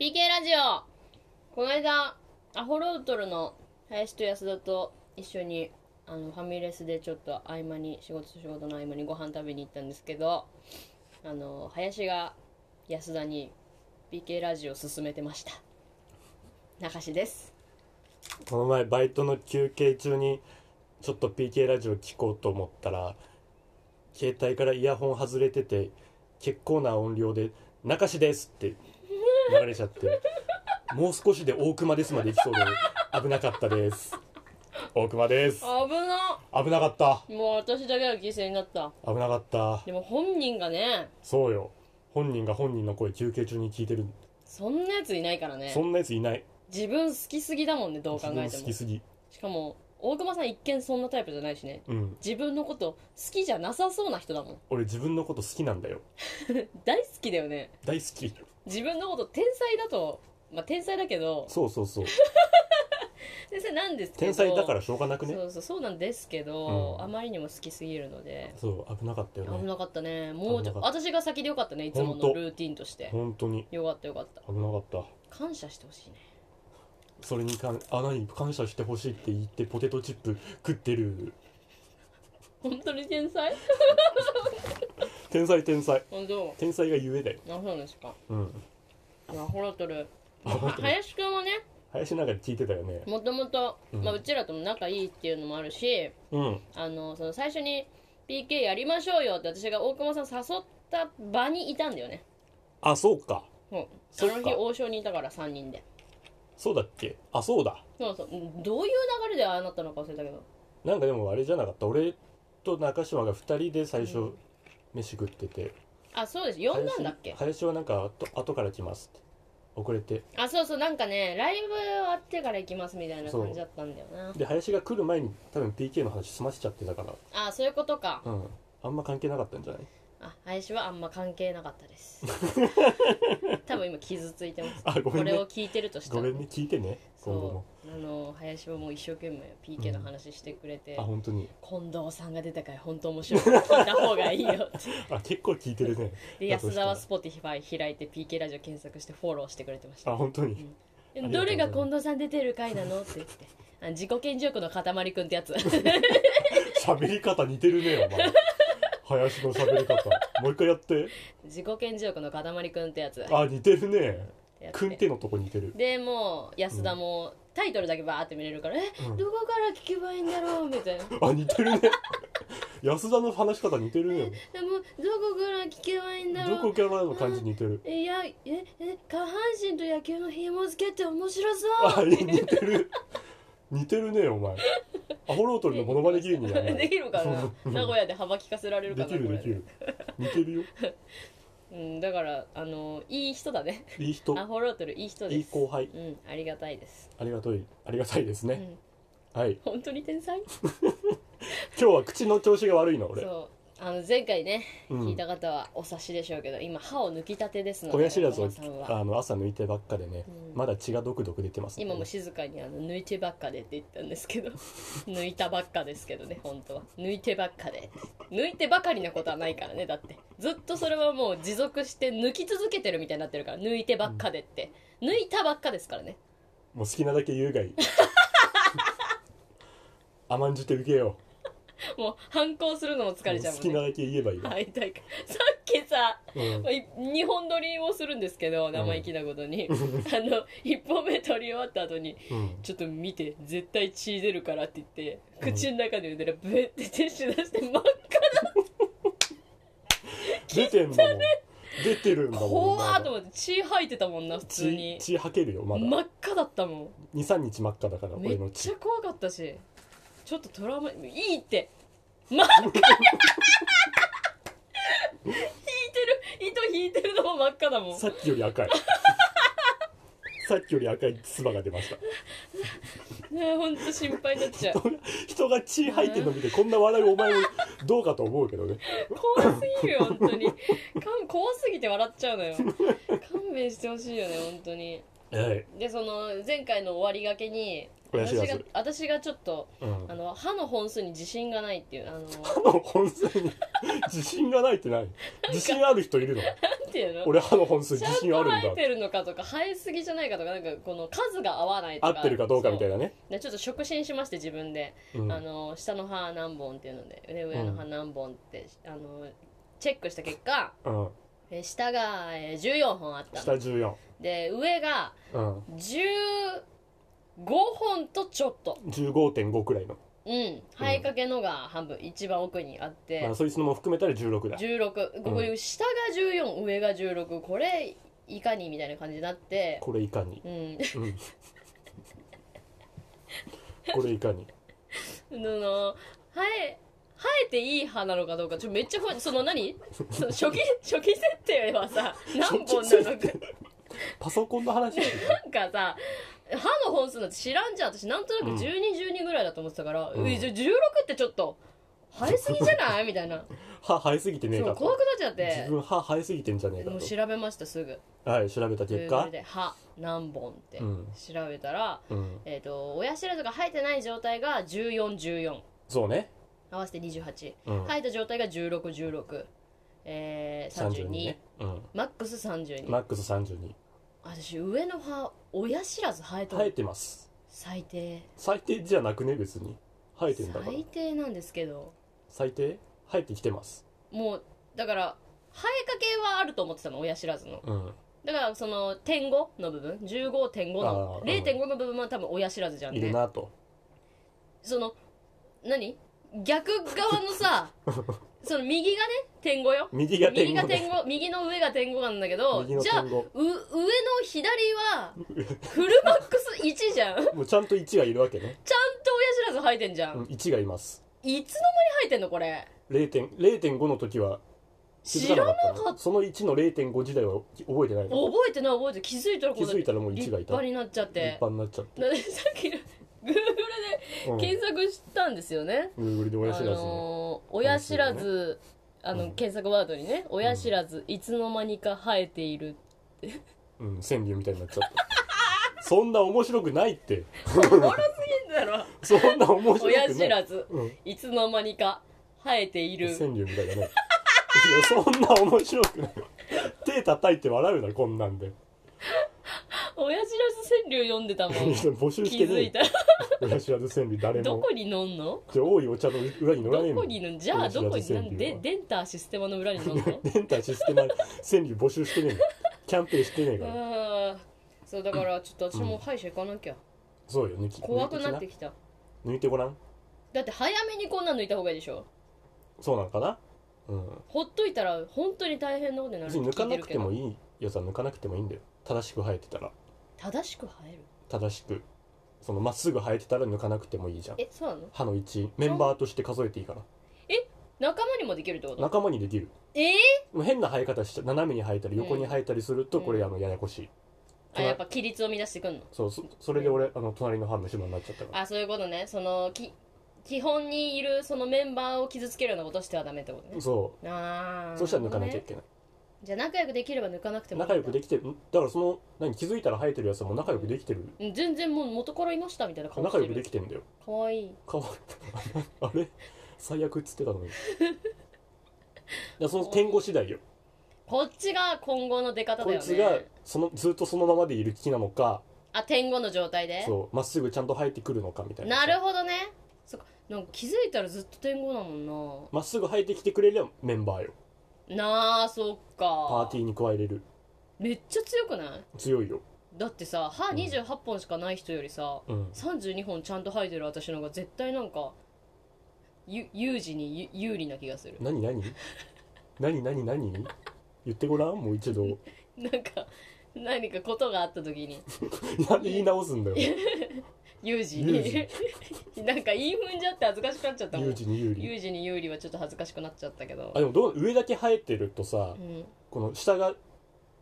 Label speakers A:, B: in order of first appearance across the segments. A: PK ラジオこの間、アホロートルの林と安田と一緒にあのファミレスでちょっと合間に仕事と仕事の合間にご飯食べに行ったんですけどあの林が安田に PK ラジオ勧めてました中志です
B: この前バイトの休憩中にちょっと PK ラジオ聞こうと思ったら携帯からイヤホン外れてて結構な音量で「中志です」って流れちゃって「もう少しで大熊です」まで行きそうで危なかったです大熊です
A: 危な
B: 危なかった
A: もう私だけが犠牲になった
B: 危なかった
A: でも本人がね
B: そうよ本人が本人の声休憩中に聞いてる
A: そんなやついないからね
B: そんなやついない
A: 自分好きすぎだもんねどう考
B: 自
A: え
B: 分
A: て
B: 好
A: も
B: きすぎ
A: しかも大熊さん一見そんなタイプじゃないしね
B: うん
A: 自分のこと好きじゃなさそうな人だもん
B: 俺自分のこと好きなんだよ
A: 大好きだよね
B: 大好き
A: 自分のこと天才だとまあ天才だけど
B: そうそうそう
A: 天才なんですけど
B: 天才だからしょうがなくね
A: そうそうそうなんですけど、
B: うん
A: あまりにも好きすぎるので
B: そう危なかったよ
A: 危
B: ね
A: なかったねもうちょ
B: 危なかっ
A: 私が先でよかったねいつも
B: 本
A: の
B: 当
A: ルーティンとして
B: 本当に
A: よかったよかった
B: 危なかった
A: 感謝してほしいね
B: それにかんあ何感謝してほしいって言ってポテトチップ食ってる
A: 本当に天才
B: 天才天才
A: 本当
B: 天才がゆえだよ
A: あそうですか
B: うん
A: いやホロト ル
B: あ本当に
A: 林くんはね
B: 林なんかで聞いてたよね
A: もともと
B: うん
A: うちらとも仲いいっていうのもあるし、
B: うん
A: あのその最初に PK やりましょうよって私が大熊さん誘った場にいたんだよね
B: あそうか
A: もうそ
B: そっ
A: の
B: か
A: 日王将にいたから3人で
B: そうだっけあそうだ
A: そうそうどういう流れでああなったのか忘れたけど
B: なんかでもあれじゃなかった俺と中島が2人で最
A: う
B: 初飯食ってて
A: あそうです呼んだんだっけ
B: 林林はなんか後後から来ますって遅れて
A: あそうそうなんかねライブ終わってから行きますみたいな感じだったんだよな
B: で林が来る前に多分 PK の話済ませちゃってたから
A: あそういうことか
B: うんあんま関係なかったんじゃない
A: あ林はあんま関係なかったです 多分今傷ついてます
B: あごめ
A: こ
B: んね
A: れを聞いてるとした
B: ご
A: ら
B: めんね聞いてね今後も
A: そうあの林はもう一生懸命 PK の話してくれて、
B: あ本当に
A: 近藤さんが出た回本当面白いから聞いた方がいいよって
B: あ結構聞いてるね
A: で
B: だと
A: 安
B: した
A: 田
B: ら
A: は Spotify 開いて PK ラジオ検索してフォローしてくれてまし
B: あ
A: た
B: 本当に
A: で
B: ありがとうございます
A: どれが近藤さん出てる回なのって言ってあ自己顕示欲の塊くんって やつ
B: 喋り方似てるねお前林の喋り方もう一回やって
A: 自己顕示欲の塊くんってやつ
B: あ似てるね
A: やって
B: くんてのとこ似てる
A: でもう安田もタイトルだけバーって見れるから、え
B: うん
A: どこから聞けばいいんだろうみたいなで
B: あ似 てるね安田の話し方似てるね
A: もどこから聞けばいいんだ
B: ど
A: ろ
B: こ
A: う
B: からの感じ似てる
A: いやええ下半身と野球の紐付けって面白そ
B: あ
A: う
B: 似てる似てるねお前アホロートルのモノマネ芸人や ね
A: できるかな名古屋で幅利かせられるかな
B: できる
A: こ
B: で
A: れ
B: きる似てるよ
A: うん、だからあのいい人だね
B: いい人
A: アホロートルいい人です
B: いい後輩
A: うんありがたいです、
B: ありがといありがたいです
A: う
B: ね
A: ん、
B: はい
A: 本当に天才
B: 今日は口の調子が悪いの俺
A: そうあの前回ね、
B: うん
A: 聞いた方はお察しでしょうけど今歯を抜きたてですので
B: 親知らず
A: お
B: を
A: 母さんは
B: あの朝抜いてばっかでね、
A: うん
B: まだ血がドクドク出てますね
A: 今も静かにあの抜いてばっかでって言ったんですけど 抜いたばっかですけどね本当は抜いてばっかで抜いてばかりなことはないからねだってずっとそれはもう持続して抜き続けてるみたいになってるから抜いてばっかでって、抜いたばっかですからね
B: もう好きなだけ言うがい い甘んじて受けよ
A: もう反抗するのも疲
B: う
A: れちゃうも
B: 好
A: ん
B: き
A: ね
B: なだけ言えばいい わ、
A: はい、大会さっきさ
B: うん
A: い日本撮りをするんですけど生意気なことに、あの1本目撮り終わった後に
B: うん
A: 「ちょっと見て絶対血出るから」って言って口の中で言うたらブってティッシュ出して真っ
B: 出てんだもん出てるんだもん
A: 怖ーと
B: まだ
A: 思って血吐いてたもんな普通に
B: 血血吐けるよまだ、
A: 真っ赤だったも
B: 23日真っ赤だから
A: んめ
B: 俺の
A: っち
B: 血
A: ゃ怖かったしちょっとトラウマいいって真っ赤引いてる糸引いてるのも真っ赤だもん
B: さっきより赤い さっきより赤い唾が出ました
A: ねほんと心配になっちゃう
B: 人が血吐いてるの見てこんな笑いお前もどうかと思うけどね
A: 怖すぎるよ本当にかん怖すぎて笑っちゃう のよ勘弁してほしいよね本当に
B: はい
A: でその前回の終わりがけに
B: 親知ら
A: 私が
B: ず、
A: 私がちょっと
B: うん
A: あ、の歯の本数に自信がないっていう あの
B: 歯の本数に自信がないってない自信ある人いるの
A: なんていうの
B: 俺歯の本数
A: ち
B: 自
A: ゃんと
B: 信あるんだ
A: 生えてるのかとか生えすぎじゃないかとかなんかこの数が合わないと
B: 合
A: か
B: ってるかどうかみたい
A: な
B: なね
A: でちょっと触診しまして自分で、
B: うん
A: あの下の歯何本っていうのでで上の歯何本って、あのチェックした結果
B: うん
A: えー下がえー14本あった
B: 下
A: の
B: 14
A: で上が
B: うん
A: 15本とちょっと
B: 15.5くらいの、
A: うん生えかけのが半分、一番奥にあって、
B: まあ、そいつのも含めたら16だ
A: 16こういう下が14上が16これいかにみたいな感じになって
B: これいかに
A: う、ん
B: うん、これいかに
A: その生え生えていい歯なのかどうかちょめっちゃ不安その 何その初期初期設定はさ何本なのか
B: パソコンの話だけど
A: なんかさ歯の本数なんて知らんじゃん私なんとなく
B: うん
A: 1212、ぐらいだと思ってたから、
B: うん
A: えじゃあ16ってちょっと生えすぎじゃないみ たいな
B: 歯生えすぎてねえ
A: そ
B: か
A: う怖くなっちゃっ
B: 自
A: て
B: 分歯生えすぎてんじゃねえか
A: もう
B: と
A: 調べましたすぐ
B: はい調べた結果
A: Google で歯何本って
B: うん
A: 調べたら、
B: うん
A: えっ、と親知らずが生えてない状態が1414
B: そうね
A: 合わせて28、
B: うん
A: 生えた状態が1616えー、32
B: 32ねうん
A: マックス32、
B: マックス32
A: 私上の歯親知らず生えとる、
B: 生えてます
A: 最低
B: 最低じゃなくね別に生えてんだから
A: 最低なんですけど
B: 最低生えてきてます
A: もうだから生えかけはあると思ってたの親知らずの
B: うん
A: だからその点5の部分15.5
B: あ
A: の
B: ー
A: 0.5の部分は多分親知らずじゃん
B: いる
A: ね
B: なと
A: その何逆側の さその右がね点5よ
B: 右が
A: 右
B: 点
A: が
B: 5
A: 点
B: で
A: 5右の上が点5なんだけど
B: 右の
A: じゃあ
B: 点
A: う
B: 5
A: 上の左はフルマックス1じゃんちゃんと
B: もうちゃんと1がいるわけ
A: 親
B: ね、
A: 知らず生えてんじゃん、
B: うん、1がいます
A: いつの間に生えてんのこれ
B: 0点0.5の時は気づ
A: 知らな
B: かなかったの
A: かった
B: その1の0.5時代は覚えてないの
A: 覚えてない覚えてない気づいたらこんな
B: 気づいたらもう一がいた
A: 立派になっちゃっ
B: 立
A: て
B: 派になっち ゃって
A: だってさっき Google
B: うん
A: で検索したんですよね、
B: Google で親知
A: あ
B: らずね
A: のー親知らず、あの
B: うん
A: 検索ワードにね「親知らずいつの間にか生えている
B: うん川柳みたいになっちゃったそんな面白くないって」
A: おもろすぎんだろ
B: そんな面白くない
A: 親知らず
B: うん
A: いつの間にか生えている
B: 川柳みたいだねいや そんな面白くない手叩いて笑うなこんなんで
A: 親知らず川柳読んでたも ん
B: 募集し
A: 気
B: て
A: づい
B: ね
A: たら
B: え親知らず川柳誰
A: ど
B: も
A: こに乗んの
B: じゃあ多いお茶の裏に乗らねえ
A: ど
B: も
A: こ
B: ん
A: に乗んじゃあどこになんでデンターシステマの裏に乗ん の
B: レンタシステム川柳募集してねえのキャンペーンしてねえから
A: あーそうだからちょっと私も歯医者行かなきゃ
B: そうよ抜き
A: 怖くなって
B: 抜い
A: きた
B: きな抜いてごらん
A: だって早めにこんなん抜いた方がいいでしょ
B: そうなのかなうん
A: ほっといたら本当に大変なことになる
B: 別に抜かなくても
A: い
B: いいやつは抜かなくてもいいんだよ正しく生えてたら
A: 正しく生える
B: 正しくそのまっすぐ生えてたら抜かなくてもいいじゃん
A: えそうなの
B: 歯の位置メンバーとして数えていいから
A: 仲間にもできるってこと
B: 仲間にできる
A: えー、
B: もう変な生え方しちゃ斜めに生えたり横に生えたりすると
A: うん
B: これあのややこしい、
A: あやっぱ規律を乱してくんの
B: そうそそれで俺あの隣の歯虫歯になっちゃったから
A: あそういうことねそのき基本にいるそのメンバーを傷つけるようなことしてはダメってことね
B: そ
A: あ
B: う
A: あ
B: そしたら抜かなきゃいけない
A: じゃあ仲良くできれば抜かなくても
B: 仲良くで
A: き
B: きてるんだからその何気づいたら生えてるやつはもう仲良くできてる
A: 全然もう元からいましたみたいな顔して
B: 仲
A: る
B: 良くできてんだよ
A: かわいい
B: かわいあれ 最悪っつってたのにだからその点語次第よ
A: こっちが今後の出方だよ
B: こ
A: ね
B: いつがそのずっとそのままでいる気なのか
A: あ点後の状態で
B: そうまっすぐちゃんと生えてくるのかみたいな
A: なるほどねそっかなんか気づいたらずっと点後だも
B: まっすぐ生えてきてくれりゃメンバーよ
A: んななあそっか
B: パーティーに加えれる
A: めっちゃ強くない
B: 強いよ
A: だってさ歯
B: うん
A: 28本しかない人よりさ、
B: うん
A: 32本ちゃんと生えてる私の方が絶対なんかゆ有事にゆ有利な気がする
B: 何何何何何言ってごらんもう一 度い
A: なんか何かことがあった時に
B: や言い直すんだよ
A: 有事
B: 有
A: に なんか言い踏んじゃって恥ずかしくなっちゃったもん
B: 有事に 有利
A: 有事に有利はちょっと恥ずかしくなっちゃったけど
B: あでもどう上だけ生えてるとさ
A: うん、
B: この下が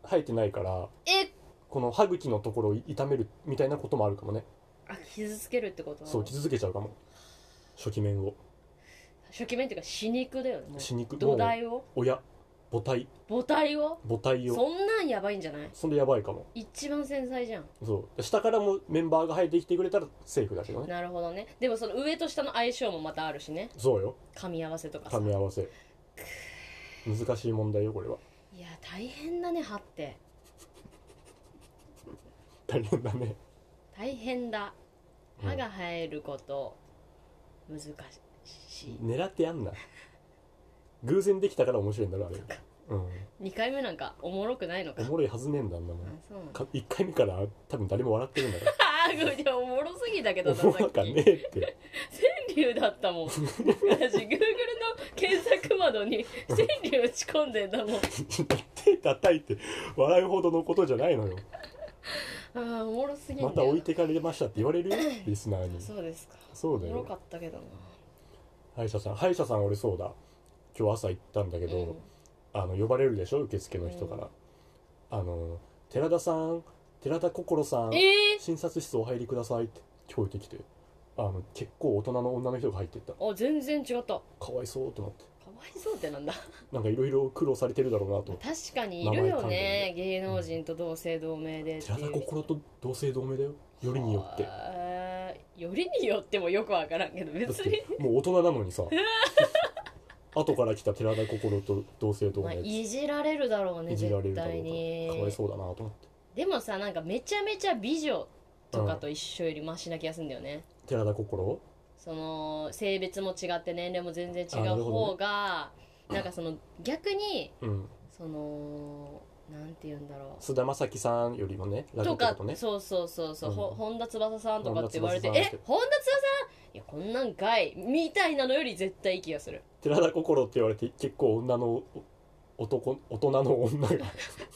B: 生えてないから
A: え
B: この歯茎のところを痛めるみたいなこともあるかもね
A: あ傷つけるってこと
B: そう傷つけちゃうかも初期面を
A: 初期面っていうか死肉だよねもう
B: 死肉
A: 土台を
B: 親母体
A: 母体を
B: 母体を
A: そんなんやばいんじゃない
B: そんでやばいかも
A: 一番繊細じゃん
B: そう下からもメンバーが入ってきてくれたらセーフだけどね
A: なるほどねでもその上と下の相性もまたあるしね
B: そうよ
A: 噛み合わせとかさ
B: 噛み合わせ難しい問題よこれはい
A: や大変だね歯って
B: 大変だね
A: 大変だ
B: うん
A: 歯が生えること難しい、
B: 狙ってやんな偶然できたから面白いんだろあれう
A: 2回目なんかおもろくないのか
B: んおもろいはずねえんだあんなも
A: あ
B: ん
A: そうなんだ
B: か1回目から多分誰も笑ってるんだ か
A: あーいやおもろすぎだけ
B: ら
A: どな
B: おも
A: さ
B: ろ
A: っ
B: か
A: き
B: ねえって
A: 川柳だったもん私 Google の検索窓に川柳打ち込んでんだもん
B: 手叩いて笑うほどのことじゃないのよ
A: ああおもろすぎんだよ
B: また置いてかれましたって言われるよリスナーに
A: そうですか
B: そう
A: お
B: だ
A: もろ
B: よ
A: かったけどな
B: 歯医者さん歯医者さん俺そうだ今日朝行ったんだけど、あの呼ばれるでしょ受付の人から、あの寺田さん寺田心さん
A: うん、え
B: 診察室お入りくださいって聞こえてきてあの結構大人の女の人が入ってった
A: ー、あ全然違ったか
B: かわいそうってなって
A: わいそうってなんだ
B: なんかいろいろ苦労されてるだろうなと思って
A: 確かにいるよね芸能人と同姓同名でってい
B: 寺
A: う
B: 田心と同姓同名だよよりによ ってだ
A: あーよりによってもよくわからんけど別
B: っ
A: に
B: てもう大人なの にさ後から来た寺田心と同姓同
A: まあ、
B: 名って
A: いじられるだろうね
B: いじられ
A: 絶
B: るだろう
A: 対に
B: からかわいそうだなと思って
A: でもさなんかめちゃめちゃ美女とかと一緒よりマシな気がするんだよね、
B: 寺田心
A: その性別も違って年齢も全然違
B: あな
A: う
B: るほど
A: 方がな,、んかその逆に
B: うん
A: そのなんて言うんだろう
B: 菅田将暉さんよりもねラジオ
A: と
B: とか
A: か
B: とね
A: そうそうそうそう、ほ
B: うん
A: 本田翼さんとかって言われて「
B: 本田翼さん
A: え本田翼さんいやこんなんかい」みたいなのより絶対いい気がする
B: 寺田心って言われて結構女の男大人の女が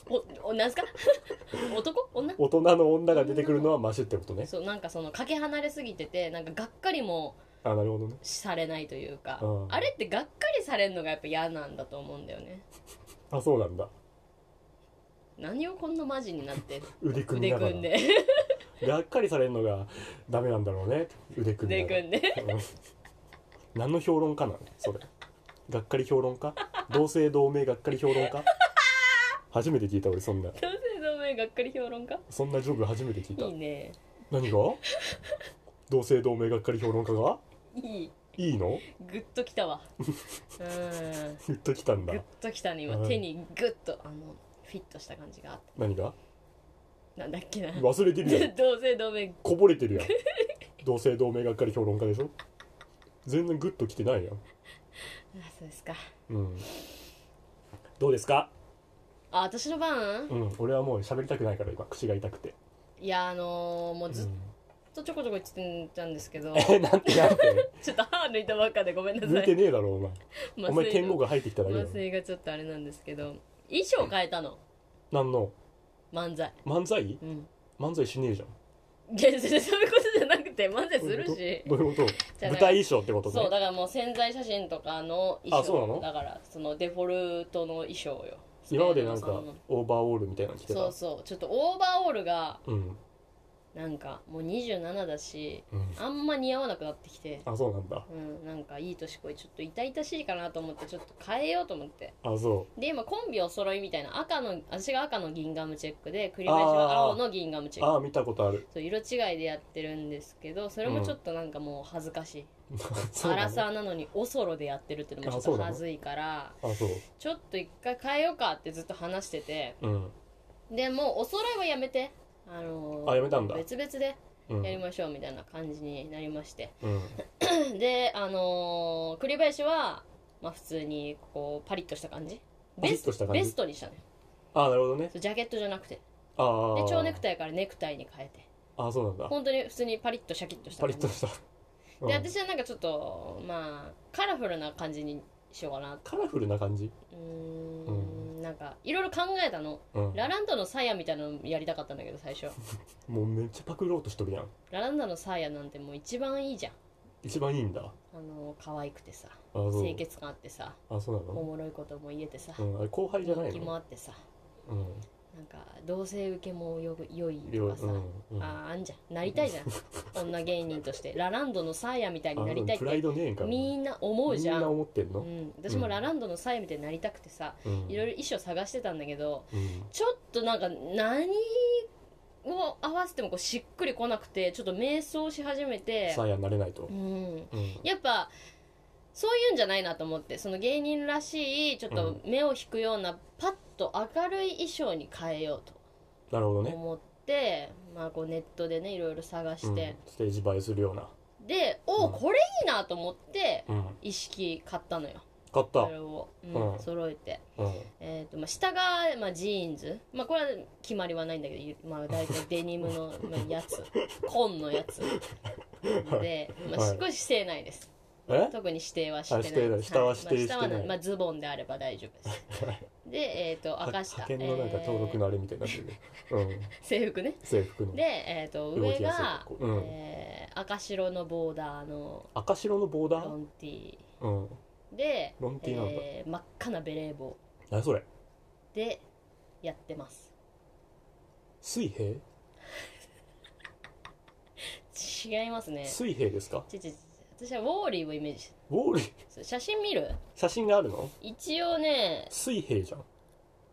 A: おおなんすか 男女
B: 大人の女が出てくるのはマシってことね
A: そうなんかそのかけ離れすぎててなんかがっかりも
B: あなるほどね
A: されないというか、
B: うん
A: あれってがっかりされるのがやっぱ嫌なんだと思うんだよね
B: あそうなんだ
A: 何をこんなマジにな って
B: 腕組み
A: 腕
B: なが
A: 組
B: ら
A: んで
B: がっかりされるのがダメなんだろうね腕組み
A: 腕
B: なが
A: 組
B: ら
A: んで
B: うん何の評論家なのそれがっかり評論家同姓同名がっかり評論家初めて聞いた俺そんな
A: 同姓同名がっかり評論家
B: そんなジョブ初めて聞いた
A: いいね
B: 何が同姓同名がっかり評論家が
A: いい
B: いいの
A: グッとき たわうん
B: 言っときたんだ
A: グッときたね今
B: うん
A: 手にグッとあのフィットした感じがあっ
B: 何が
A: たなんだっけな同
B: 忘れてる やん
A: 姓同名
B: こぼれてるやん同姓同名がっかり評論家でしょ全然グッときてないやん
A: あそうですか
B: うんどうですか
A: あ私の番
B: うん俺はもう喋りたくないから今口が痛くて、
A: いやあのーもう ずっ
B: う
A: とちょこちょこ言ってたんですけど、
B: んえなんてなん て
A: ちょっと歯抜いたばっかでごめんな
B: 抜
A: さ
B: いて
A: い
B: ねえだろお前お前
A: 麻酔
B: 天狗が入ってきただけだ
A: 麻
B: よ
A: 酔がちょっとあれなんですけど衣装変えたの
B: なんの
A: 漫才
B: 漫才
A: うん
B: 漫才しねえじゃん
A: いやそれそういうことじゃなくて漫才す
B: どうい
A: る
B: うこと
A: し
B: どういうこと
A: じゃあ
B: 舞台衣装ってこと
A: そう
B: ね
A: だからもう宣材写真とかの衣装
B: あそうなの
A: だからそのデフォルトの衣装よ
B: 今までなん
A: スペード
B: か
A: のその
B: オーバーオールみたいなの着てた
A: そうそうちょっとオーバーオールが
B: うん
A: なんかもう27だし
B: うん
A: あんま似合わなくなってきて
B: あそうなんだ
A: うんなんかいい年こいちょっと痛々しいかなと思ってちょっと変えようと思って
B: あそ
A: で今コンビお揃いみたいな赤の私が赤のギンガムチェックで栗林は青のギンガムチェ
B: う
A: ック
B: ああ見たことある
A: そう色違いでやってるんですけどそれもちょっとなんかもう恥ずかしい、
B: そう
A: ア
B: な
A: ラ
B: の
A: サーなのにおそろでやってるってのもちょっ
B: あそ
A: と
B: うなの
A: 恥ずいから
B: あそう
A: ちょっと一回変えようかってずっと話してて
B: うん
A: でもうお揃いはやめてあのー
B: あやめたんだ
A: 別々で
B: うん
A: やりましょうみたいな感じになりまして、
B: うん
A: であのー栗林は、まあ、普通にこうパリッとした感じ
B: パリ
A: ベ
B: ッと
A: ス
B: した
A: ト
B: 感じ
A: ベストにしたね
B: ああなるほどね
A: そうジャケットじゃなくて
B: ああ
A: で蝶ネクタイからネクタイに変えて
B: あそうなんだ
A: 本当に普通にパリッとシャキッとした
B: パ
A: 感
B: リ
A: じ
B: ッとした、うん
A: で私はなんかちょっとまあカラフルな感じにしようかな
B: カラフルな感じ
A: うーんなんかいろいろ考えたの
B: うん
A: ラランドのサーヤみたいなのやりたかったんだけど最 初
B: もうめっちゃパクろうとしとるやん
A: ラランドのサーヤなんてもう一番いいじゃん
B: 一番いいんだあ
A: あの可愛くてさ
B: そう
A: 清潔感あってさ
B: あそうな
A: お
B: の
A: もろいことも言えてさ
B: うんあれ後輩じゃな
A: 人
B: い
A: 気も
B: の
A: あってさ
B: うん
A: なんか同性受けもよ良い
B: よ
A: とかさ、
B: うんうん
A: あーあんじゃんなりたいじゃん 女芸人としてラランドのサーヤみたいになりたいっ
B: あプライ
A: て
B: ドねえんから
A: みんな思うじゃ、
B: みんなん思ってん
A: う
B: の、
A: ん、私もラランドのサーヤみたいになりたくてさ、
B: うん
A: いろいろ衣装探してたんだけど
B: うん
A: ちょっとなんか何を合わせてもこうしっくりこなくてちょっと迷走し始めて
B: サーヤになれないと
A: う、ん
B: うん
A: やっぱそういうんじゃないなと思ってその芸人らしいちょっと目を引くような、パッと明るい衣装に変えよう
B: なるほど
A: と
B: ね、
A: 思って、まあ、こうネットでねいろいろ探
B: う
A: し
B: ん
A: て、
B: ステージ映えするような、
A: でおお
B: うん
A: これいいなと思って
B: うん、
A: 一式買ったのよ
B: 買った、
A: それを、うん
B: うん
A: 揃えて、
B: うん
A: えーとまあ、下が、まあ、ジーンズ、まあ、これは決まりはないんだけどゆ、まあ、大体デニム のまあやつ紺のやつで、まあ、
B: はい
A: 少ししてないです
B: え
A: 特に指定はしてない
B: あ指定ない下は指定してない
A: まあ、下はまあ、ズボンであれば大丈夫ですでえっ、と赤下
B: 派遣のなんか登録のあれみたいになってるね、うん、
A: えー制服ね
B: 制服の
A: でえっ、と
B: 動
A: 上
B: きやすい
A: が、
B: こううん
A: えー赤白のボーダーの
B: 赤白のボーダ
A: ロ
B: ー、
A: ンティ
B: うん、
A: ーで
B: ロンティーなんだ
A: えー真っ赤なベレー帽
B: 何それ
A: でやってます
B: 水兵
A: 違いますね
B: 水兵ですか
A: ちちち私はウォーリーをイメージして
B: ウォーリー
A: そう写真見る
B: 写真があるの
A: 一応ね
B: 水兵じゃん、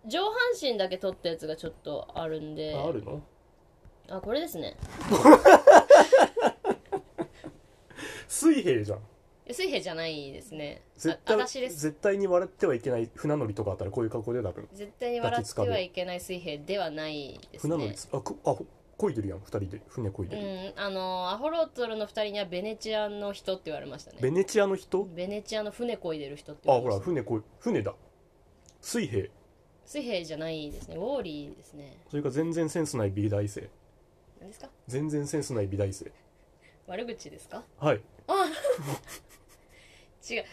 A: 上半身だけ撮ったやつがちょっとあるんで
B: ああるの
A: あこれですね
B: 水兵じゃん
A: 水平じゃないですね
B: 絶
A: あ
B: 対
A: 私です
B: 絶対に笑ってはいけない船乗りとかあったらこういう格好で多分
A: 絶対に笑ってはいけない水平ではないです
B: 船乗り
A: ね
B: つあこあこいでるやん二人で船こいでる、
A: うんあのアホロトルの2人にはベネチアの人って言われましたね
B: ベネチアの人
A: ベネチアの船こいでる人って
B: あ
A: 言われま
B: ほら
A: した
B: 船こい船だ水兵
A: 水平じゃないですねウォーリーですね
B: それから全然センスない美大生
A: 何ですか
B: 全然センスない美大生
A: 悪口ですか
B: はい
A: 違う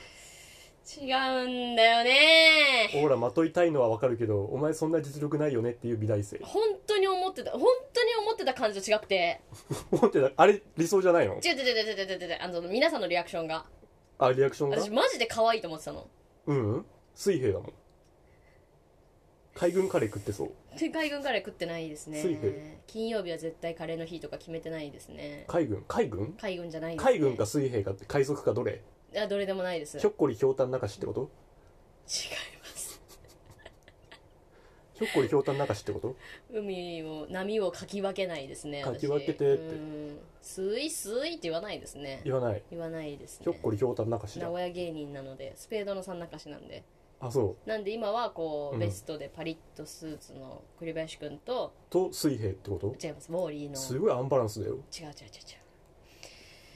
A: 違うんだよね
B: ほらまといたいのはわかるけどお前そんな実力ないよねっていう美大生
A: 本当に思ってた本当に思ってた感じと違くて
B: 思ってたあれ理想じゃないの
A: 違う違う違う違う違う違うあの皆さんのリアクションが
B: あリアクションが
A: 私マジで可愛いと思ってたの
B: うんうん水兵だもん海軍カレー食ってそう
A: で海軍カレー食ってないですね
B: 水平
A: 金曜日は絶対カレーの日とか決めてないですね
B: 海軍海軍
A: 海軍じゃないです、ね、
B: 海軍か水兵かって海賊かどれ
A: いやどれでもないです違
B: ひ
A: い
B: ょっこりひょうたんなかしってこと
A: ます
B: ひょっこりひょうたんなかしってこと
A: 海を波をかき分けないですね
B: かき分けてって
A: うんスイスイって言わないですね
B: 言わない
A: 言わないですね
B: ひょっこりひょうたんなかし
A: 名
B: だ
A: 古屋芸人なのでスペードの三中しなんで
B: あそう
A: なんで今はこう、
B: うん
A: ベストでパリッとスーツの栗林くんと
B: と水兵ってこと
A: 違いますウォーリーの
B: すごいアンバランスだよ
A: 違う違う違う違う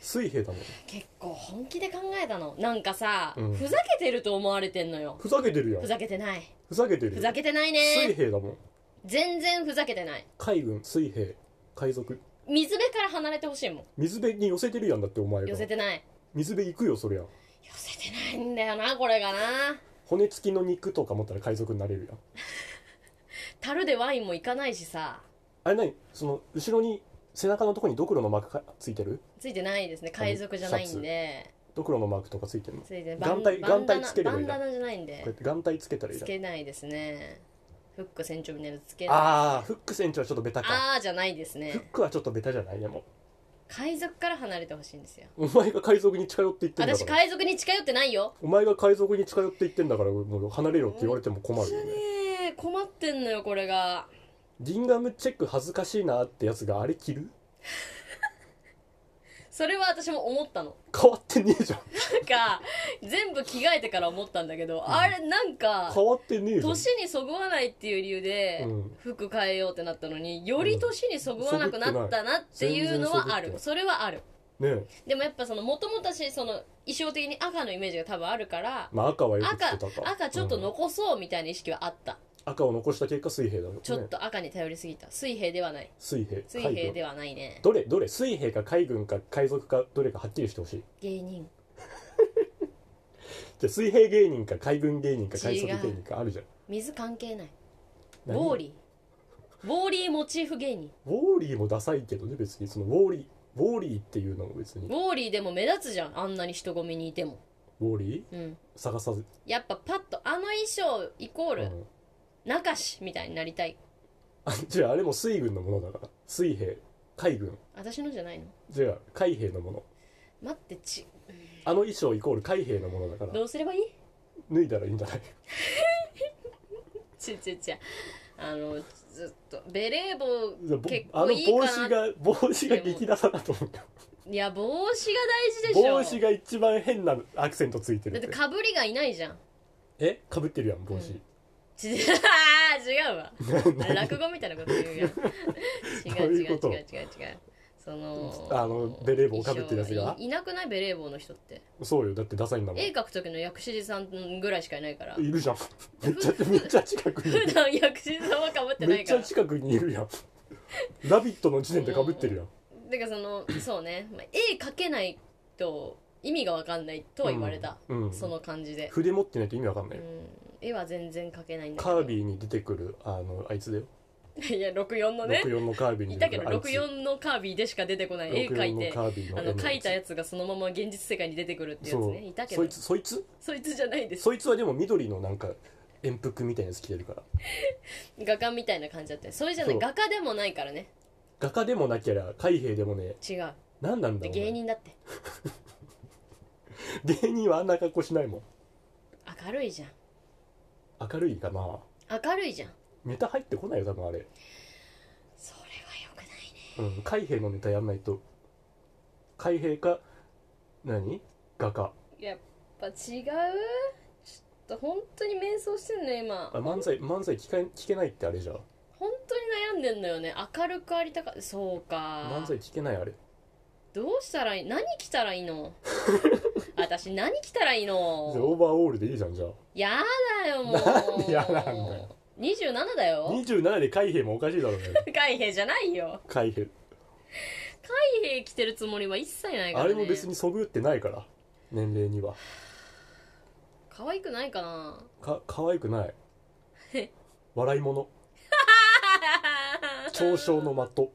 B: 水兵だもん
A: 結構本気で考えたのなんかさ、
B: うん
A: ふざけてると思われてんのよ
B: ふざけてるやん
A: ふざけてない
B: ふざけてる
A: ふ
B: よ
A: ざけてない
B: 水
A: ね
B: 兵だもん
A: 全然ふざけてない
B: 海軍水兵海賊
A: 水辺から離れてほしいもん
B: 水辺に寄せてるやんだってお前
A: 寄
B: が
A: せてない
B: 水辺行くよそりゃ
A: 寄せてないんだよなこれがな
B: 骨付きの肉とか持ったら海賊になれるやん
A: 樽でワインもいかないしさ
B: あれ何その後ろに背中のとこにドクロのマークがついてる
A: ついてないですね海賊じゃないんで
B: ドクロのマークとかついてるのこ
A: ついて
B: 眼帯
A: バンダナ
B: 眼帯つければいいんだ
A: バンダナじゃないん
B: うやっ
A: で
B: て眼帯つけたらいい
A: つ
B: だ
A: けないですねフック船長みたいなのつけない
B: ああフック船長はちょっとベタか
A: あーじゃないです
B: フッ
A: ね
B: クはちょっとベタじゃないでも
A: 海賊から離れてほしいんですよ
B: お前が海賊に近寄っていってんだ
A: 私
B: から
A: 海賊に近寄ってないよ
B: お前が海賊に近寄っていってんだからもう離れろって言われても困る
A: じゃ
B: よ
A: ね
B: ね
A: え困ってんのよこれが
B: ギンガムチェック恥ずかしいなってやつがあれ着る
A: それは私も思ったの
B: 変わってねえじゃん
A: なんか全部着替えてから思ったんだけど、あれなんか
B: 変わってねえじゃん
A: 年にそぐわないっていう理由で
B: うん
A: 服変えようってなったのにより年にそぐわなくなったなっていうのはあ
B: 全然そぐって
A: る
B: ない
A: それはある
B: ねえ
A: でもやっぱそのもともと私その衣装的に赤のイメージが多分あるから
B: まあ赤はよく着て
A: 赤
B: たか
A: 赤ちょっと
B: うん
A: 残そうみたいな意識はあった、
B: 赤を残した結果水平だよね
A: ちょっと赤に頼りすぎた水平ではない
B: 水平
A: 水平
B: 海軍
A: ではないね
B: どれどれ水兵か海軍か海賊かどれかはっきりしてほしい
A: 芸人
B: じゃあ水兵芸人か海軍芸人か海
A: 違
B: 賊
A: う
B: 芸人かあるじゃん
A: 水関係ないウ
B: 何
A: ォーリーウォーリーモチーフ芸人
B: ウォーリーもダサいけどね別にそのウォーリーウォーリーっていうのも別
A: ウ
B: に
A: ォーリーでも目立つじゃんあんなに人混みにいても
B: ウォーリ
A: うん
B: ー探さず、
A: やっぱパッとあの衣装イコー
B: う
A: ル
B: ん
A: 中しみたいになりたい
B: あ 違うあれも水軍のものだから水兵海軍
A: 私のじゃないの
B: 違う海兵のもの
A: 待ってち
B: あの衣装イコール海兵のものだから
A: どうすればいい
B: 脱いだらいいんじゃない
A: ちちちあのずっとベレー帽
B: ぼ
A: 結
B: あ
A: 構
B: の
A: いい
B: 帽
A: か
B: 子
A: な
B: が帽子が激ダサだと思った
A: いや帽子が大事でしょ
B: 帽子が一番変なアクセントついてる
A: だ
B: っ
A: って
B: て
A: かぶりがいないじゃん
B: えかぶってるやん帽子、
A: ち 違うわ落語みたいなこと言うやん違
B: ど
A: う
B: う
A: 違違う
B: いう
A: 違う
B: こと
A: 違うその
B: あのベレー帽かぶってるやつが
A: 衣装いいなくないベレー帽の人って
B: そうよだってダサいんだもん
A: 絵描く時の薬師寺さんぐらいしかいないから
B: い るじゃんめっちゃめっちゃ近くにいる
A: 普段薬師寺さんはかぶってな
B: めっ
A: い
B: ち
A: か
B: ゃ
A: ら
B: 近くにいるや ん「ラビット!」の時点でかぶってるやん
A: だからその そうね、まあ、絵描けないと意味がわかんないとは言われた、
B: うんうん
A: その感じで、
B: 筆持ってないと意味わかんな
A: う
B: いよ、
A: ん、絵は全然描けないんだけ
B: カ
A: ど
B: ービィに出てくるあのあいつだよ
A: ー いや64のね
B: 64のカービィに
A: い
B: 出
A: たけ
B: てく
A: ど
B: るあいつ
A: 64のカービィでしか出てこない絵描い
B: 64
A: て
B: のカービィの
A: あの描いたや
B: つ
A: つがそのまま現実世界に出てくるってやつ
B: そう
A: ねいたけど
B: そいつそいつ
A: そいつじゃないです
B: そいつはでも緑のなんか円服みたいなやつ着てるから
A: 画家みたいな感じだったよそれじゃない
B: そう
A: 画家でもないからね
B: 画家でもなけりゃ海兵でもね
A: 違う
B: 何なん
A: で
B: だろう
A: 芸人だって
B: 芸人はあんな格好しないもん
A: 明るいじゃん
B: 明るいかな
A: 明るいじゃん
B: ネタ入ってこないよ多分あれ、
A: それはよくないね
B: うん、海兵のネタやんないと海兵か何画家
A: やっぱ違うちょっと本当に迷走してんのよ今
B: あ漫才漫才聞か聞けないってあれじゃ
A: 本当に悩んでんのよね明るくありたかそうか
B: 漫才聞けないあれ
A: どうしたらいい何着たらいい の私何着たらいい
B: じゃあ
A: の
B: オーバーオールでいいじゃんじゃあ
A: やだよもう
B: なんでやなんだよ
A: 27だよ
B: 27で海兵もおかしいだろうね
A: 海兵じゃないよ
B: 海兵
A: 海兵着てるつもりは一切ないから、
B: あ
A: ね、
B: れも別にそぐってないから年齢には
A: 可愛くないかな
B: か可愛くない笑い者嘲笑の的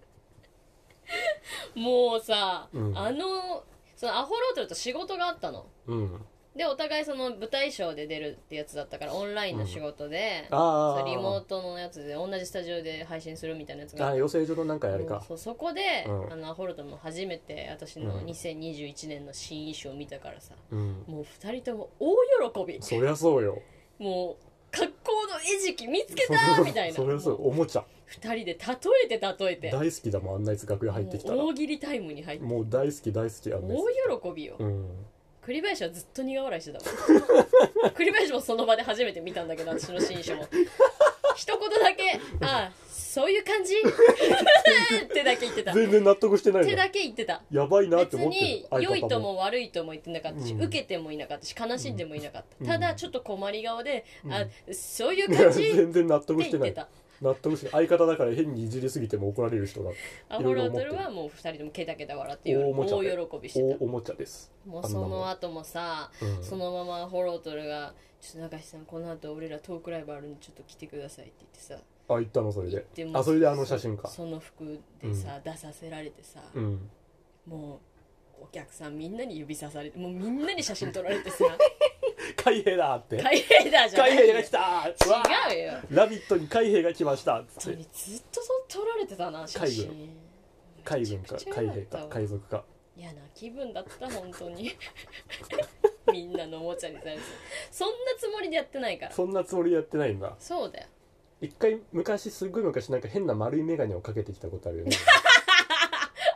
A: もうさ、
B: うん
A: あのそのアホロートルと仕事があったの
B: うん
A: でお互いその舞台ショーで出るってやつだったからオンラインの仕事で、
B: あ
A: そ
B: あ
A: うリモートのやつで同じスタジオで配信するみたいなやつが
B: あ
A: あ
B: あ
A: っ
B: 養成所のなんか
A: た
B: やるか
A: そうそこで、
B: うん
A: あのアホロトも初めて私
B: う
A: の
B: ん
A: 2021年の新衣装を見たからさ、
B: うん
A: もう2人とも大喜び
B: そりゃそうよ
A: もう格好の餌食見つけたみたいな
B: そりゃそう
A: もう
B: おもちゃ
A: 二人で例えて例えて
B: 大好きだもんあんなやつ楽屋入ってきたら
A: もう大喜利タイムに入って
B: もう大好き大好きあんなや
A: 大喜びよ、
B: つうん
A: 栗林はずっと苦笑いしてたもん栗林もその場で初めて見たんだけど私の新書も一言だ け「ああそういう感じ? 」ってだけ言ってたっ
B: 全然納得してない
A: て
B: じゃん
A: だけ言ってた
B: やばいなって
A: 別
B: 思って
A: に
B: る
A: 良い
B: 相方
A: とも悪いとも言ってなかったし、
B: うん
A: 受けてもいなかったし悲しんでもいなかった、
B: うん
A: ただちょっと困り顔で「あそういう
B: い
A: 感
B: や
A: じ?」
B: 全然納得
A: って
B: して
A: 言っ
B: な
A: て
B: い
A: た
B: 納得して相方だから変にいじりすぎても怒られる人だ
A: アホロドルはもう二人ともケタケタ笑って
B: 大おもちゃで
A: 大喜びしてた
B: おおもちゃです、
A: もうその後もさ、
B: うん
A: そのままホロートルが「ちょっと中志さんこの後俺らトークライブあるんでちょっと来てください」って言ってさ
B: あ行ったのそれ
A: 行っ
B: で
A: て
B: あそれであの写真か
A: そその服でさ、出させられてさ、
B: うん
A: もうお客さんみんなに指さされてもうみんなに写真撮られて さ
B: 海兵だって
A: 海兵だじゃん
B: 海兵が来たーうわ
A: 違うよ
B: ーラビットに海兵が来ましたっつ
A: 本当
B: って
A: にずっとそ撮られてたな写
B: 海
A: 真
B: 海軍か
A: めちゃくちゃ
B: 海
A: 嫌だ
B: 兵
A: った
B: か
A: わ
B: 海賊か
A: 嫌な気分だった本当に みんなのおもちゃにされてそんなつもりでやってないから
B: そんなつもりでやってないんだ
A: そうだよ
B: 一回昔すっごい昔なんか変な丸い眼鏡をかけてきたこと あるよね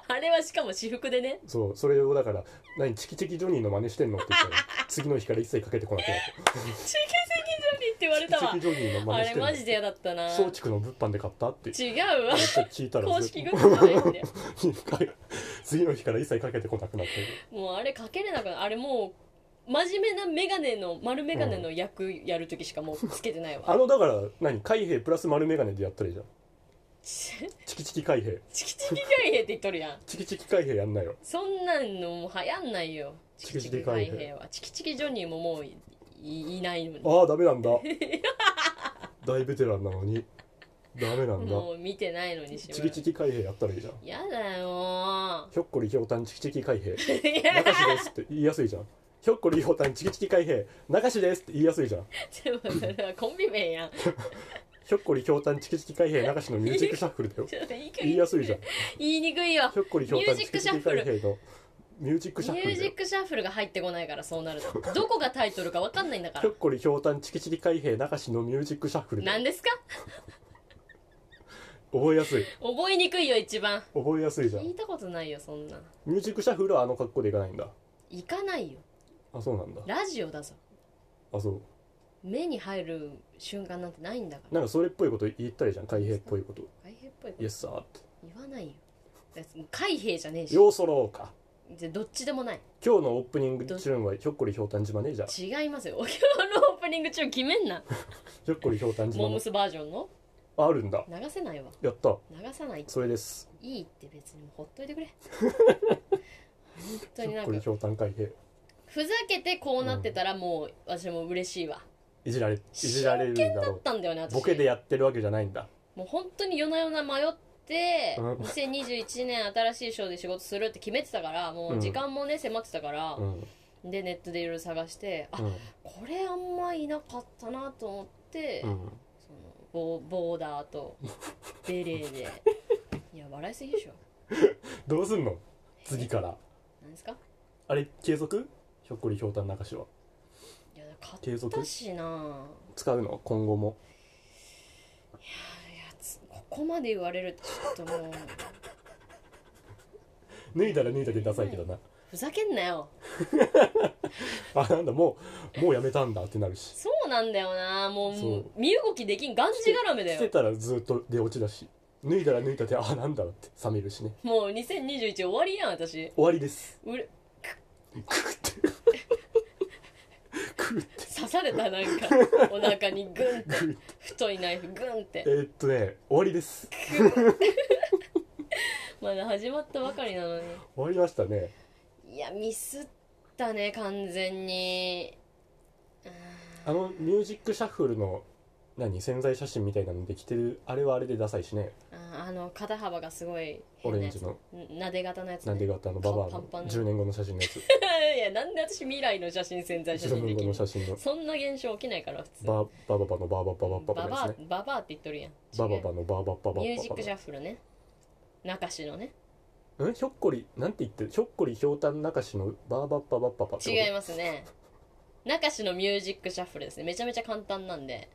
A: あれはしかも私服でね
B: そうそれをだから「何チキチキジョニーの真似してんの?」って 言ったら次の日から一切かけてこなくなっ
A: 「中継責任って言われた
B: た「チキチ
A: わ
B: キジョニーの
A: あ
B: 真似し
A: れ
B: てんの?」
A: マジで嫌だったな
B: 松竹の物販で買ったって
A: 違うわ
B: めっちゃ聞いたら
A: 公式グッズじゃないんだよ
B: 次の日から一切かけてこなくなって
A: もうあれかけれなくなあれもう真面目な眼鏡の丸眼鏡の役やる時しかもうつけてないわ、
B: あのだから何海兵プラス丸眼鏡でやったらいいじゃん
A: チ
B: チキチキ海兵
A: キチキ海兵って言っとるやん
B: チキチキ海兵やんなよ
A: そんなんのもう流行んないよチキチキ海兵はチキチキジョニーももういいいないのに
B: ああダ メなんだ大ベテランなのにダメなんだ
A: もう見てないのにしば
B: チ
A: ら
B: キ
A: く
B: チキ海兵やったらいいじゃん
A: やだよ
B: ひょっこりひょうたんチキチキ海兵
A: ーいや
B: 中志ですって言いやすいじゃんひょっこりひょうたんチキチキ海兵中志ですって言いやすいじゃん
A: でもそれはコンビ名やん
B: ひょっこりひょうたんチキチキ海兵流しのミュージックシャッフルだよ
A: ちょっと言いにく
B: 言いやすいじゃんひ
A: 言いにくいよ
B: ょっこりひょうたんチキチキ海兵のミュージック
A: ミ
B: シャッ
A: ュ
B: フル
A: ー
B: だ
A: ジ
B: よ
A: ックシャッフルが入ってこないからそうなるとどこがタイトルか分かんないんだか
B: ひょ
A: ら
B: っこりひょうたんチキチキ海兵流しのミュージックシャッフルだ
A: 何
B: よ
A: ですか
B: 覚えやすい
A: 覚えにくいよ一番
B: 覚えやすいじゃ
A: 聞
B: ん
A: いたことないよそんな
B: ミュージックシャッフルはあの格好でいかないんだ
A: 行かないよ
B: あそうなんだ
A: ラジオだぞ
B: あそう
A: 目に入る瞬間なんてないんだから
B: なんかそれっぽいこと言ったりじゃん海兵っぽいこと
A: 海兵っぽいこ
B: 「イエスサー」って
A: と言わないよだってもう海兵じゃねえ
B: 「
A: し
B: ようそろうか
A: でどっちでもない」
B: 今日のオープニングチューンはひょっこりひょうたん島ねじゃあ
A: 違いますよ今日のオープニング中決めんな
B: ひょっこりひょうたん
A: モ
B: 島
A: ーム
B: の
A: スバージョンの
B: ああるんだ
A: 流せないわ
B: やった
A: 流さない
B: それです
A: いいって別にほっといてく れ本当
B: ひ
A: に
B: ょ
A: な
B: っこ
A: ん
B: り
A: か
B: ひょうたん海兵
A: ふざけてこうなってたらもう私も嬉しいわ
B: いじられいじられるんだ
A: だ
B: ろ
A: っ
B: う
A: たんだよね私
B: ボケでやってるわけじゃないんだ
A: もう本当に夜な夜な迷って
B: うん
A: 2021年新しいショーで仕事するって決めてたからもう時間もね迫ってたから
B: う、んうん
A: でネットでいろいろ探してあ、これあんまいなかったなと思って、
B: うん
A: そのボーボーダーとベレー でいや笑いすぎでしょ
B: どうすんの次から
A: 何ですか
B: あれ継続ひょっこりひょうたん流しはい
A: や買
B: 継
A: っ
B: 続
A: たしなぁ
B: 使うの今後も
A: いやつここまで言われるとちょっともう
B: 脱いだら脱いだでダサいけどな
A: ふざけんなよ
B: あなんだもうもうやめたんだってなるし
A: そうなんだよなもう
B: そう
A: 身動きできんがんじがらめだ
B: 着て
A: よ
B: たらずっと出落ちだし脱いだら脱いだであなんだって冷めるしね
A: もう2021終わりやん私
B: 終わりです
A: うれ
B: クーってクーって
A: 刺されたなん かお腹にグンっ
B: ク
A: て
B: ーって
A: 太いナイフグンって
B: えーっとね終わりです
A: まだ始まったばかりなの
B: 終わりましたね
A: にいやミスったね完全に
B: あのミュージックシャッフルの何潜在写真みたいなのできてるあれはあれでダサいしね
A: ああの肩幅がすごい
B: オ
A: 変な
B: レン
A: や
B: ジ
A: つ
B: の
A: んなで型のやつ、
B: なんで
A: ね、
B: があったあのババア
A: パンパン
B: の
A: の
B: 10年後の写真のやつ
A: いやなんで私未来の写真潜在写
B: 10
A: 真で
B: 年後
A: きる
B: の写真の
A: そんな現象起きないから普通
B: バーバババのバーバババ
A: バ
B: ババ
A: バ
B: ですね
A: アババアって言っとるやん
B: バ
A: 違
B: バ
A: う
B: バのバーバババババ
A: ミュージックシャ
B: バ
A: ッフルね中志のね
B: んひょっこりなんて言ってるひょっこりひょうたん中しのバーバババババってこと
A: 違いますね中志のミュージックシャッフルですねめちゃめちゃ簡単なんで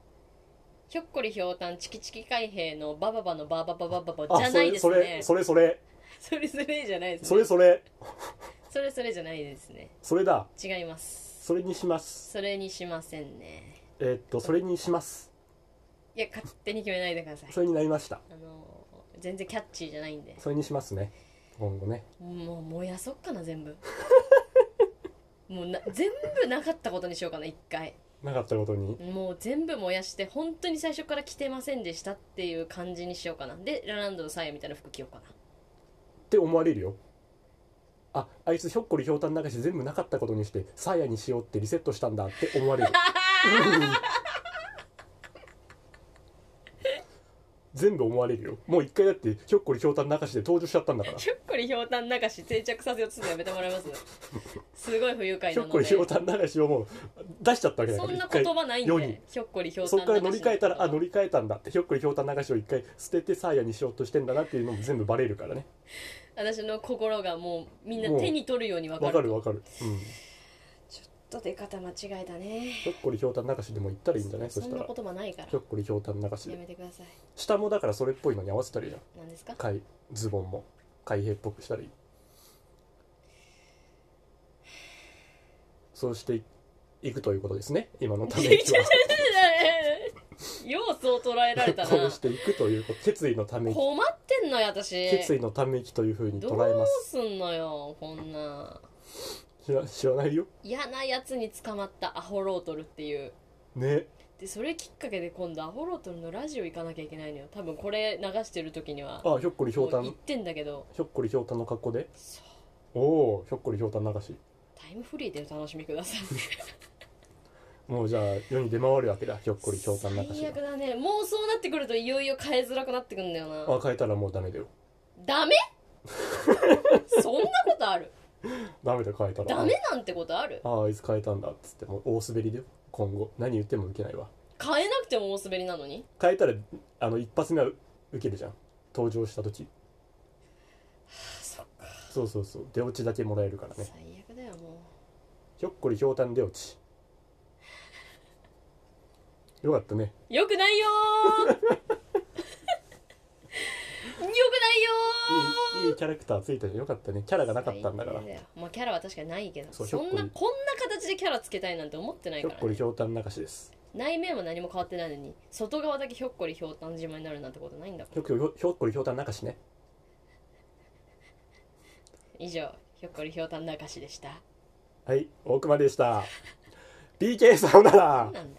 A: ひょっこりひょうたんチキチキ海兵のバババのババババババじゃないです
B: そ
A: ね
B: れそれそれ
A: それそれじゃないです
B: そ
A: ね
B: れそれ
A: それそれじゃないですね
B: それだ
A: 違います
B: それにします
A: それにしませんね
B: えーっとそれにします
A: いや勝手に決めないでください
B: それになりました
A: あの全然キャッチーじゃないんで
B: それにしますね今後ね
A: もう燃やそっかな全 部もうな全部なかったことにしようかな一回
B: なかったことに
A: もう全部燃やして本当に最初から着てませんでしたっていう感じにしようかなでラランドのサーヤみたいな服着ようか
B: って思われるよああいつひょっこりひょうたん流し全部なかったことにしてサーヤにしようってリセットしたんだって思われるうん全部思われるよもう一回だってひょっこりひょうたん流しで登場しちゃったんだから
A: な
B: ひ
A: ひょっこりひょうたん流し定着させようとするのやめてもらえます すごい不愉快
B: ょ
A: な
B: っ
A: の
B: こり
A: で
B: ひょう
A: そ
B: たん流しをもう出しちゃったわけだから
A: んな言葉ないん
B: 世に
A: でひょっこりひょうた
B: そ
A: ん
B: っから乗り換えたらあ乗
A: り
B: り換えたんだってひょっこりひょうたん流しを一回捨ててサーヤにしようとしてんだなっていうのも全部バレるからね
A: 私の心がもうみんな手に取るように分か
B: わ
A: る
B: かるわかる、うん、
A: ちょっと出方間違えたね
B: ひょっこりひょうたん流しでも行ったらいいんじゃない
A: そ
B: そし
A: ん
B: た
A: な
B: ら
A: 言葉ないから
B: ひょっこりひょうたん流し
A: や
B: で
A: めてください
B: 下もだからそれっぽいのに合わせたらいいじゃん
A: 何ですか
B: かいズボンも開閉っぽくしたらいいそうしていくということですね今のため息 は
A: 要素を捉えられたな
B: そうしていくということ決意のため息
A: 困ってんのよ私
B: 決意のため息というふうに
A: ど
B: 捉
A: う
B: えます
A: すんのよこんな
B: 知ら知らないよ
A: 嫌なやつに捕まったアホロートルっていう
B: ね
A: でそれきっかけで今度アホロートルのラジオ行かなきゃいけないのよ多分これ流してる時には
B: あひょっこりひょ
A: も
B: う
A: う
B: た
A: 行
B: ん
A: ってんだけど
B: ひょっこりひょうたんの格好で
A: そう
B: おおひょっこりひょうたん流し
A: タイムフリーでお楽しみください
B: もうじゃあ世に出回るわけだひょっこりひょうたん流し
A: 最悪だねもうそうなってくるといよいよ変えづらくなってくんだよな
B: あ変えたらもうダメだよ
A: ダメそんなことある
B: ダメだ変えたら
A: ダメなんてことある
B: あああいつ変えたんだっつってもう大滑りだよ今後何言っても受けないわ
A: 変えなくても大滑りなのに
B: 変えたらあの一発目は受けるじゃん登場した時
A: そっか
B: そうそうそう出落ちだけもらえるから
A: 最
B: ね
A: 悪だよも
B: ひょっこりひょうたん出落ちよかったね
A: うよくないよー よくないよ
B: いいいいキャラクターついたじゃんよかったねキャ
A: ー
B: ラがなかったんだから
A: 最低よまあキャラは確かにないけど
B: そ
A: そう
B: ひょっこ
A: ん
B: り
A: なこんな形でキャラつけたいなんて思ってない
B: ひょ
A: か
B: っ
A: ら、
B: こ
A: ね
B: り、ひょうたん流しです
A: 内面は何も変わってないのに外側だけひょっこりひょうたん島になるなんてことないんだもん
B: ひょっこりひょひょっこりひょうたん流しね
A: 以上ひょっこりひょうたん流しでした
B: はい大熊でした PK さよなら
A: なんだよ